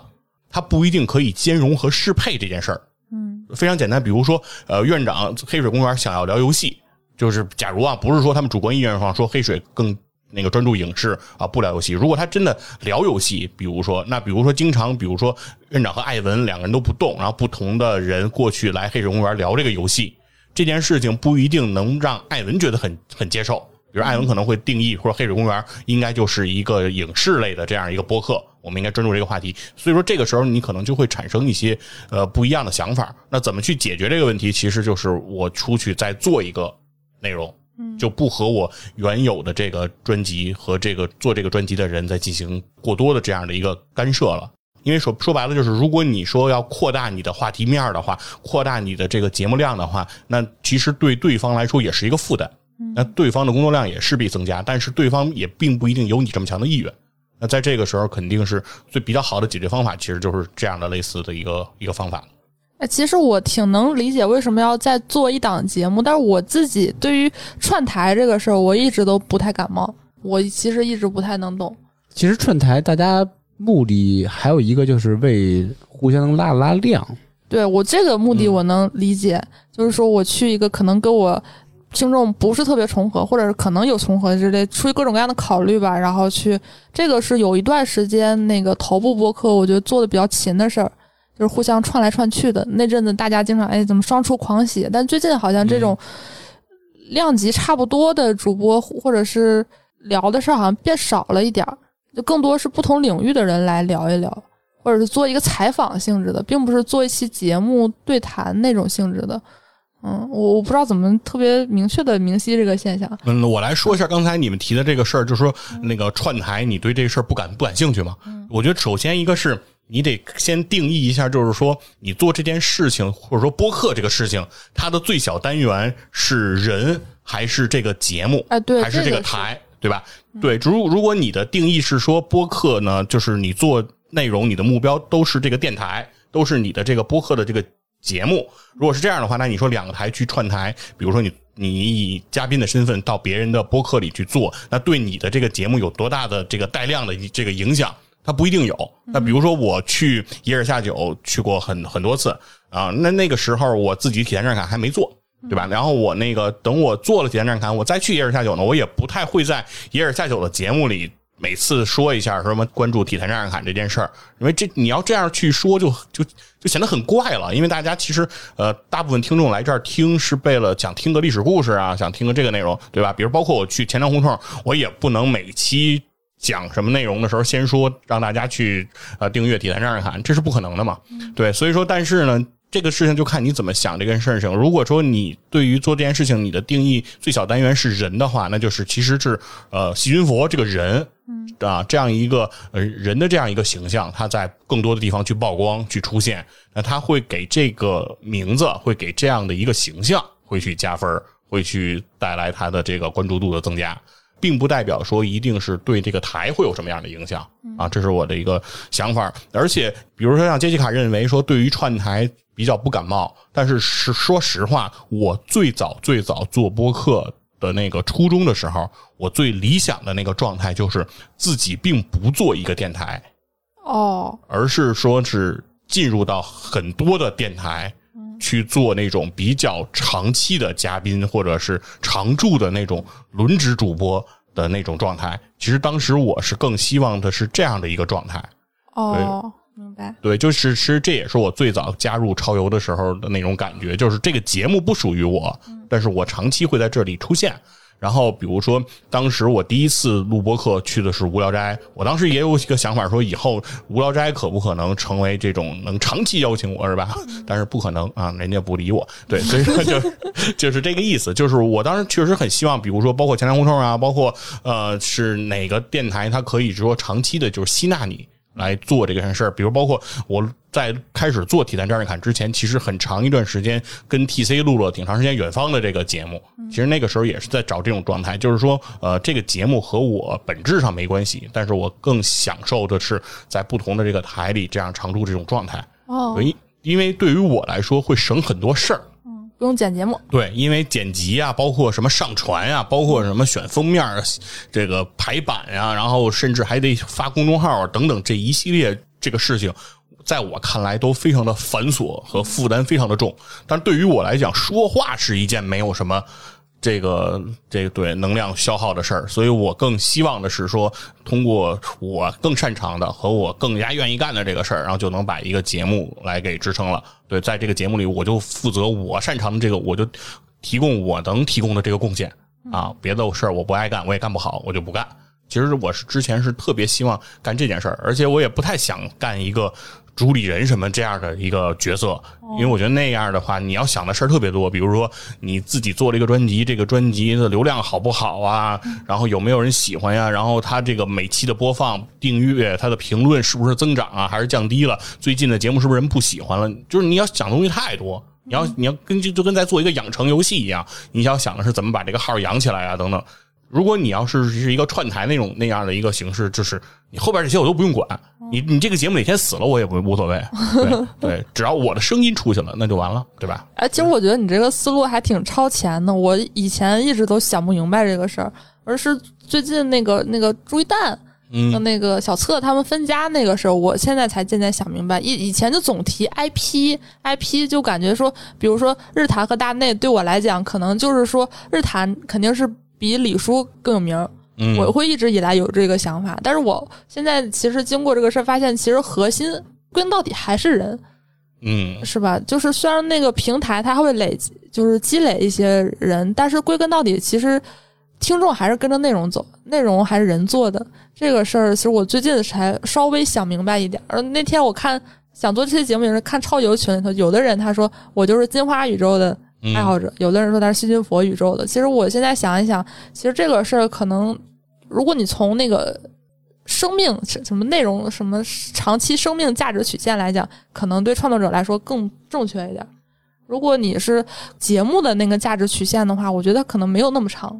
Speaker 2: 他不一定可以兼容和适配这件事儿。嗯，非常简单，比如说，呃，院长黑水公园想要聊游戏，就是假如啊，不是说他们主观意愿上说黑水更那个专注影视啊，不聊游戏。如果他真的聊游戏，比如说那比如说经常，比如说院长和艾文两个人都不动，然后不同的人过去来黑水公园聊这个游戏这件事情，不一定能让艾文觉得很很接受。比如艾文可能会定义，或者黑水公园应该就是一个影视类的这样一个播客，我们应该专注这个话题。所以说这个时候你可能就会产生一些呃不一样的想法。那怎么去解决这个问题？其实就是我出去再做一个内容，就不和我原有的这个专辑和这个做这个专辑的人再进行过多的这样的一个干涉了。因为说说白了就是，如果你说要扩大你的话题面儿的话，扩大你的这个节目量的话，那其实对对方来说也是一个负担。那对方的工作量也势必增加，但是对方也并不一定有你这么强的意愿。那在这个时候，肯定是最比较好的解决方法，其实就是这样的类似的一个一个方法。
Speaker 1: 哎，其实我挺能理解为什么要再做一档节目，但是我自己对于串台这个事儿，我一直都不太感冒。我其实一直不太能懂，
Speaker 3: 其实串台大家目的还有一个就是为互相拉拉量，
Speaker 1: 对我这个目的我能理解，就是说我去一个可能跟我听众不是特别重合，或者是可能有重合之类，出于各种各样的考虑吧，然后去这个是有一段时间那个头部播客，我觉得做的比较勤的事儿，就是互相串来串去的。那阵子大家经常哎怎么双出狂喜，但最近好像这种量级差不多的主播或者是聊的事儿好像变少了一点儿，就更多是不同领域的人来聊一聊。或者是做一个采访性质的，并不是做一期节目对谈那种性质的。嗯，我我不知道怎么特别明确的明晰这个现象。
Speaker 2: 嗯，我来说一下刚才你们提的这个事儿，就是说那个串台，你对这事儿不感不感兴趣吗？我觉得首先一个是你得先定义一下，就是说你做这件事情或者说播客这个事情，它的最小单元是人还是这个节目？
Speaker 1: 哎对
Speaker 2: 还是这
Speaker 1: 这个
Speaker 2: 个
Speaker 1: 是
Speaker 2: 台，对吧？对，如如果你的定义是说播客呢，就是你做内容，你的目标都是这个电台，都是你的这个播客的这个节目。如果是这样的话，那你说两个台去串台，比如说你你以嘉宾的身份到别人的播客里去做，那对你的这个节目有多大的这个带量的这个影响？它不一定有。那比如说我去一尔下酒去过很很多次啊，那那个时候我自己体验站卡还没做。对吧？然后我那个等我做了体验站卡，我再去野尔下酒呢，我也不太会在野尔下酒的节目里每次说一下什么关注体坛站卡这件事儿，因为这你要这样去说就就就显得很怪了，因为大家其实呃大部分听众来这儿听是为了想听个历史故事啊，想听个这个内容，对吧？比如包括我去钱粮胡同，我也不能每期。讲什么内容的时候，先说让大家去呃订阅《体坛站看，这是不可能的嘛？对，所以说，但是呢，这个事情就看你怎么想这件事情。如果说你对于做这件事情，你的定义最小单元是人的话，那就是其实是呃细菌佛这个人，啊这样一个呃人的这样一个形象，他在更多的地方去曝光去出现，那他会给这个名字，会给这样的一个形象，会去加分儿，会去带来他的这个关注度的增加。并不代表说一定是对这个台会有什么样的影响啊，这是我的一个想法。而且，比如说像杰西卡认为说，对于串台比较不感冒，但是是说实话，我最早最早做播客的那个初衷的时候，我最理想的那个状态就是自己并不做一个电台，
Speaker 1: 哦，
Speaker 2: 而是说是进入到很多的电台去做那种比较长期的嘉宾或者是常驻的那种轮值主播的那种状态。其实当时我是更希望的是这样的一个状态。
Speaker 1: 哦，明白。
Speaker 2: 对，就是其实这也是我最早加入超游的时候的那种感觉，就是这个节目不属于我，但是我长期会在这里出现。然后，比如说，当时我第一次录播课去的是无聊斋，我当时也有一个想法，说以后无聊斋可不可能成为这种能长期邀请我，是吧？但是不可能啊，人家不理我。对，所以说就是、就是这个意思，就是我当时确实很希望，比如说包括前粮胡同啊，包括呃是哪个电台，它可以说长期的就是吸纳你，来做这件事儿。比如，包括我在开始做《体坛战士侃》之前，其实很长一段时间跟 TC 录了挺长时间远方的这个节目。其实那个时候也是在找这种状态，就是说，呃，这个节目和我本质上没关系，但是我更享受的是在不同的这个台里这样常驻这种状态。
Speaker 1: 哦，
Speaker 2: 因因为对于我来说会省很多事儿。
Speaker 1: 不用剪节目。
Speaker 2: 对，因为剪辑啊，包括什么上传啊，包括什么选封面儿、这个排版啊，然后甚至还得发公众号啊等等这一系列这个事情，在我看来都非常的繁琐和负担非常的重。但对于我来讲，说话是一件没有什么。这个这个对能量消耗的事儿，所以我更希望的是说，通过我更擅长的和我更加愿意干的这个事儿，然后就能把一个节目来给支撑了。对，在这个节目里，我就负责我擅长的这个，我就提供我能提供的这个贡献啊，别的事儿我不爱干，我也干不好，我就不干。其实我是之前是特别希望干这件事儿，而且我也不太想干一个主理人什么这样的一个角色，因为我觉得那样的话，你要想的事儿特别多，比如说你自己做了一个专辑，这个专辑的流量好不好啊，然后有没有人喜欢呀、然后它这个每期的播放、订阅、它的评论是不是增长啊，还是降低了？最近的节目是不是人不喜欢了？就是你要想的东西太多。你
Speaker 1: 嗯
Speaker 2: 要你要跟就就跟在做一个养成游戏一样，你要想的是怎么把这个号养起来啊，等等。如果你要是是一个串台那种那样的一个形式，就是你后边这些我都不用管，
Speaker 1: 哦
Speaker 2: 你你这个节目哪天死了我也不 无所谓，对对，只要我的声音出去了，那就完了，对吧？
Speaker 1: 哎，其实我觉得你这个思路还挺超前的，我以前一直都想不明白这个事儿，而是最近那个那个朱一蛋。
Speaker 2: 嗯
Speaker 1: 和那个小策他们分家那个事儿，我现在才渐渐想明白。以以前就总提 IP，IP 就感觉说，比如说日坛和大内，对我来讲，可能就是说日坛肯定是比李叔更有名儿，
Speaker 2: 嗯，
Speaker 1: 我会一直以来有这个想法，但是我现在其实经过这个事儿，发现其实核心归根到底还是人，
Speaker 2: 嗯
Speaker 1: 是吧？就是虽然那个平台它会累积，就是积累一些人，但是归根到底，其实听众还是跟着内容走，内容还是人做的。这个事儿，其实我最近才稍微想明白一点。而那天我看想做这期节目，也是看超游群里头，有的人他说我就是金花宇宙的
Speaker 2: 嗯
Speaker 1: 爱好者，有的人说他是细菌佛宇宙的。其实我现在想一想，其实这个事儿可能，如果你从那个生命什什么内容、什么长期生命价值曲线来讲，可能对创作者来说更正确一点。如果你是节目的那个价值曲线的话，我觉得可能没有那么长。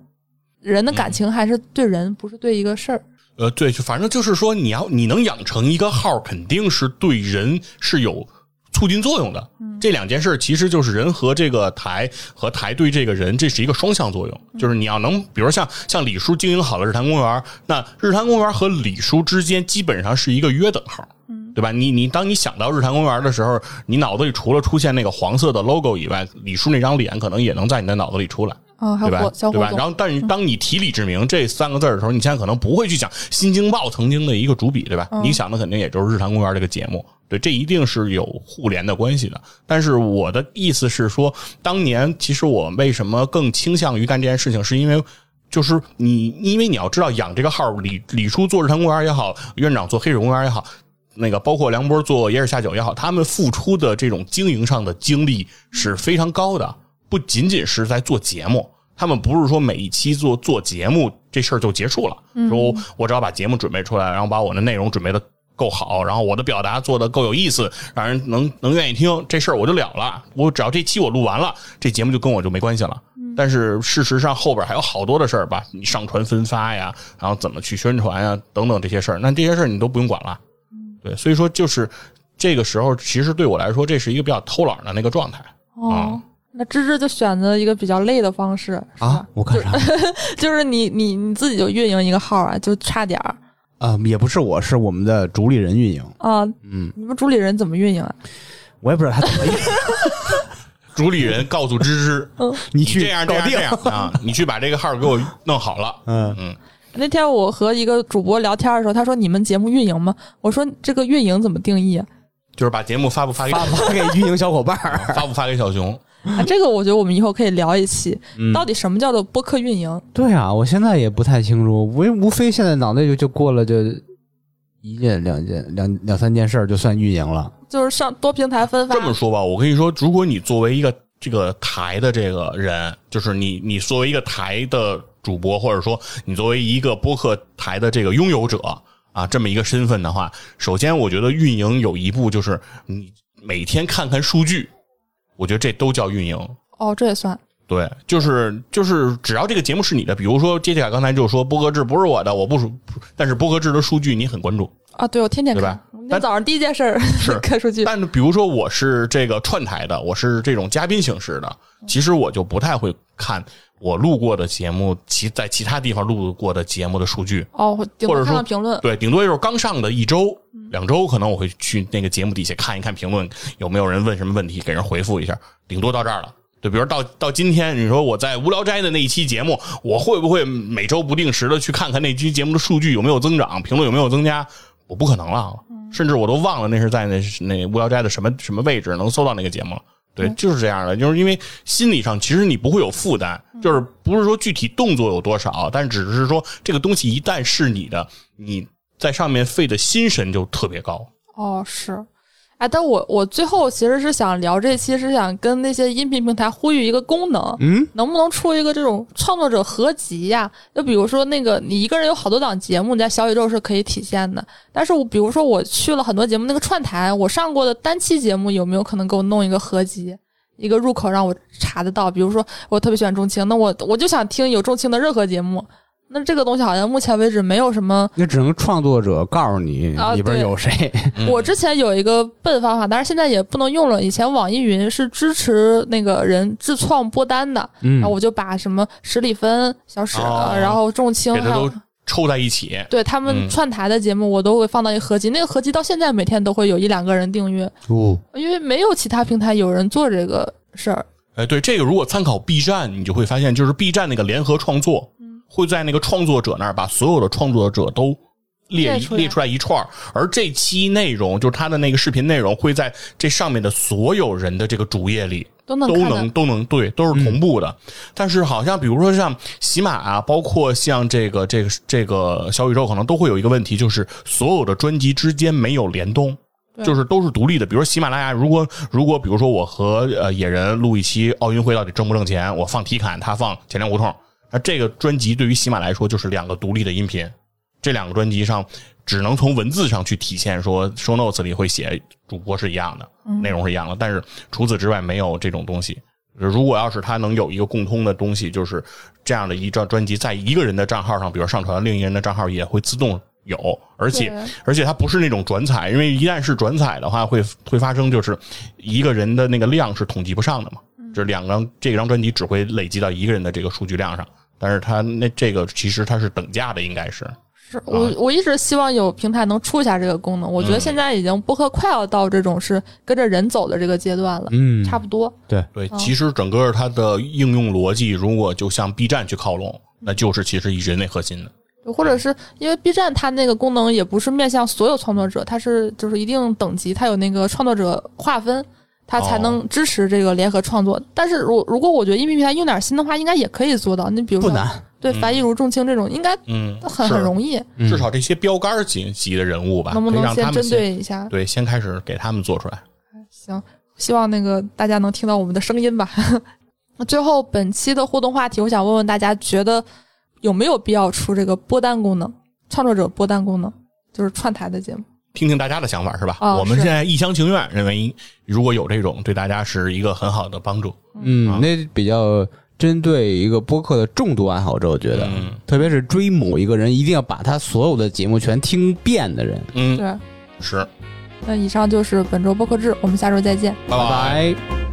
Speaker 1: 人的感情还是对人，不是对一个事儿。
Speaker 2: 呃，对，就反正就是说，你要你能养成一个号，肯定是对人是有促进作用的。这两件事儿其实就是人和这个台和台对这个人，这是一个双向作用。就是你要能，比如像像李叔经营好了日坛公园，那日坛公园和李叔之间基本上是一个约等号。对吧？你你当你想到日坛公园的时候，你脑子里除了出现那个黄色的 logo 以外，李叔那张脸可能也能在你的脑子里出来。
Speaker 1: 啊，还
Speaker 2: 对
Speaker 1: 有
Speaker 2: 吧
Speaker 1: 火？嗯小
Speaker 2: 对
Speaker 1: 火
Speaker 2: 吧？然
Speaker 1: 种，
Speaker 2: 后，但是当你提李志明这三个字儿的时候，你现在可能不会去想《新京报》曾经的一个主笔，对吧？
Speaker 1: 嗯
Speaker 2: 你想的肯定也就是《日坛公园》这个节目，对，这一定是有互联的关系的。但是我的意思是说，当年其实我为什么更倾向于干这件事情，是因为。就是你，因为你要知道养这个号，李李叔做日坛公园也好，院长做黑水公园也好，那个包括梁波做野史下酒也好，他们付出的这种经营上的精力是非常高的，不仅仅是在做节目，他们不是说每一期做做节目这事儿就结束了，说我只要把节目准备出来，然后把我的内容准备的够好，然后我的表达做的够有意思，让人能能愿意听，这事儿我就了了。我只要这期我录完了，这节目就跟我就没关系了。但是事实上后边还有好多的事儿吧，你上传分发呀，然后怎么去宣传呀，等等这些事儿，那这些事儿你都不用管了。对，所以说就是这个时候，其实对我来说，这是一个比较偷懒的那个状态。
Speaker 1: 哦，那芝芝就选择一个比较累的方式，是吧
Speaker 3: 啊，我看啥？
Speaker 1: 就是你你你自己就运营一个号啊，就差点儿
Speaker 3: 啊，也不是我，是我们的主理人运营，
Speaker 1: 啊。嗯，你们主理人怎么运营啊？
Speaker 3: 我也不知道他怎么运营。
Speaker 2: 主理人告诉芝芝，
Speaker 3: 你
Speaker 2: 你
Speaker 3: 去
Speaker 2: 这样这
Speaker 3: 搞
Speaker 2: 样
Speaker 3: 定
Speaker 2: 这。样啊，你去把这个号给我弄好了。
Speaker 3: 嗯，
Speaker 2: 嗯，
Speaker 1: 那天我和一个主播聊天的时候，他说你们节目运营吗？我说这个运营怎么定义啊？
Speaker 2: 就是把节目发布发给
Speaker 3: 发发给运营小伙伴儿。
Speaker 2: 发布发给小熊。
Speaker 1: 啊这个我觉得我们以后可以聊一期，
Speaker 2: 嗯
Speaker 1: 到底什么叫做播客运营？
Speaker 3: 对啊，我现在也不太清楚，无无非现在脑袋就就过了就一件两件两两三件事儿就算运营了。
Speaker 1: 就是上多平台分发
Speaker 2: 这么说吧，我跟你说，如果你作为一个这个台的这个人，就是你你作为一个台的主播，或者说你作为一个播客台的这个拥有者啊，这么一个身份的话，首先我觉得运营有一步就是你每天看看数据，我觉得这都叫运营。
Speaker 1: 哦，这也算
Speaker 2: 对，就是就是，只要这个节目是你的，比如说杰西卡刚才就说播客制不是我的，我不属，但是播客制的数据你很关注。
Speaker 1: 啊。对，我天天
Speaker 2: 对
Speaker 1: 看
Speaker 2: 吧，
Speaker 1: 我今天早上第一件事儿 看数据。
Speaker 2: 但比如说我是这个串台的，我是这种嘉宾形式的，其实我就不太会看我录过的节目，其在其他地方录过的节目的数据。
Speaker 1: 哦，我顶
Speaker 2: 或
Speaker 1: 多
Speaker 2: 者
Speaker 1: 看
Speaker 2: 说
Speaker 1: 看评论。
Speaker 2: 对，顶多就是刚上的一周、两周，可能我会去那个节目底下看一看评论，有没有人问什么问题，给人回复一下。顶多到这儿了。对，比如到到今天，你说我在无聊斋的那一期节目，我会不会每周不定时的去看看那期节目的数据有没有增长，评论有没有增加？我不可能了，甚至我都忘了那是在那那无聊斋的什么什么位置能搜到那个节目了。对，
Speaker 1: 嗯
Speaker 2: 就是这样的，就是因为心理上其实你不会有负担，
Speaker 1: 嗯
Speaker 2: 就是不是说具体动作有多少，但只是说这个东西一旦是你的，你在上面费的心神就特别高。
Speaker 1: 哦，是。哎，但我我最后其实是想聊这期，是想跟那些音频平台呼吁一个功能，
Speaker 3: 嗯，
Speaker 1: 能不能出一个这种创作者合集呀？就比如说那个你一个人有好多档节目，你在小宇宙是可以体现的。但是我比如说我去了很多节目，那个串台我上过的单期节目，有没有可能给我弄一个合集？一个入口让我查得到，比如说我特别喜欢钟情，那我我就想听有钟情的任何节目。那这个东西好像目前为止没有什么
Speaker 3: 那只能创作者告诉你
Speaker 1: 啊
Speaker 3: 里边
Speaker 1: 对
Speaker 3: 有谁，
Speaker 2: 嗯
Speaker 1: 我之前有一个笨方法，但是现在也不能用了。以前网易云是支持那个人自创播单的，
Speaker 3: 嗯
Speaker 1: 然后我就把什么史里芬、小史，
Speaker 2: 哦
Speaker 1: 然后仲青
Speaker 2: 给它
Speaker 1: 还有
Speaker 2: 都抽在一起。
Speaker 1: 对他们
Speaker 2: 嗯
Speaker 1: 串台的节目，我都会放到一个合集。那个合集到现在每天都会有一两个人订阅，
Speaker 3: 哦，
Speaker 1: 因为没有其他平台有人做这个事儿。
Speaker 2: 哎，对这个，如果参考 B 站，你就会发现，就是 B 站那个联合创作，
Speaker 1: 嗯
Speaker 2: 会在那个创作者那儿把所有的创作者都
Speaker 1: 列
Speaker 2: 列一
Speaker 1: 出来
Speaker 2: 列出来一串儿，而这期内容就是他的那个视频内容会在这上面的所有人的这个主页里
Speaker 1: 都能
Speaker 2: 都
Speaker 1: 看到嗯
Speaker 2: 能都能对都是同步的。但是好像比如说像喜马啊，包括像这个这个这个小宇宙，可能都会有一个问题，就是所有的专辑之间没有联动。
Speaker 1: 对
Speaker 2: 就是都是独立的，比如说喜马拉雅，如果如果比如说我和呃野人录一期奥运会到底挣不挣钱，我放体感，他放前粮胡同，那这个专辑对于喜马来说就是两个独立的音频，这两个专辑上只能从文字上去体现说 show notes 里会写主播是一样的，内容是一样的，但是除此之外没有这种东西。如果要是他能有一个共通的东西，就是这样的一张专辑在一个人的账号上，比如上传，另一个人的账号也会自动有，而且
Speaker 1: 对
Speaker 2: 而且它不是那种转采，因为一旦是转采的话，会会发生就是一个人的那个量是统计不上的嘛，
Speaker 1: 嗯
Speaker 2: 就是两张这张专辑只会累积到一个人的这个数据量上，但是它那这个其实它是等价的，应该是，
Speaker 1: 是我我一直希望有平台能出一下这个功能。我觉得现在已经播客快要到这种是跟着人走的这个阶段了，
Speaker 3: 嗯
Speaker 1: 差不多。
Speaker 3: 对，
Speaker 2: 对，
Speaker 1: 哦
Speaker 2: 其实整个它的应用逻辑，如果就向 B 站去靠拢，
Speaker 1: 嗯
Speaker 2: 那就是其实以人为核心的。
Speaker 1: 或者是因为 B 站它那个功能也不是面向所有创作者，它是就是一定等级，它有那个创作者划分，它才
Speaker 2: 哦
Speaker 1: 能支持这个联合创作。但是如如果我觉得音频平台用点心的话，应该也可以做到。你比如
Speaker 3: 不
Speaker 1: 说，
Speaker 3: 难，
Speaker 1: 对樊亦茹、仲卿这种，应该
Speaker 2: 嗯，
Speaker 1: 很
Speaker 2: 是
Speaker 1: 很容易。
Speaker 3: 嗯
Speaker 2: 至少这些标杆级级的人物吧，
Speaker 1: 能不
Speaker 2: 可以
Speaker 1: 能
Speaker 2: 让他
Speaker 1: 先
Speaker 2: 们
Speaker 1: 针对一下？
Speaker 2: 对先开始给他们做出来。
Speaker 1: 行，希望那个大家能听到我们的声音吧。 那最后本期的互动话题，我想问问大家，觉得有没有必要出这个播单功能？创作者播单功能就是串台的节目。
Speaker 2: 听听大家的想法是吧？
Speaker 1: 哦
Speaker 2: 我们
Speaker 1: 是
Speaker 2: 现在一厢情愿认为，如果有这种，对大家是一个很好的帮助。
Speaker 3: 嗯，那比较针对一个播客的重度爱好者，我觉得，
Speaker 2: 嗯
Speaker 3: 特别是追某一个人，一定要把他所有的节目全听遍的人，
Speaker 2: 嗯，
Speaker 1: 对，
Speaker 2: 是，
Speaker 1: 那以上就是本周播客制，我们下周再见。
Speaker 2: 拜
Speaker 3: 拜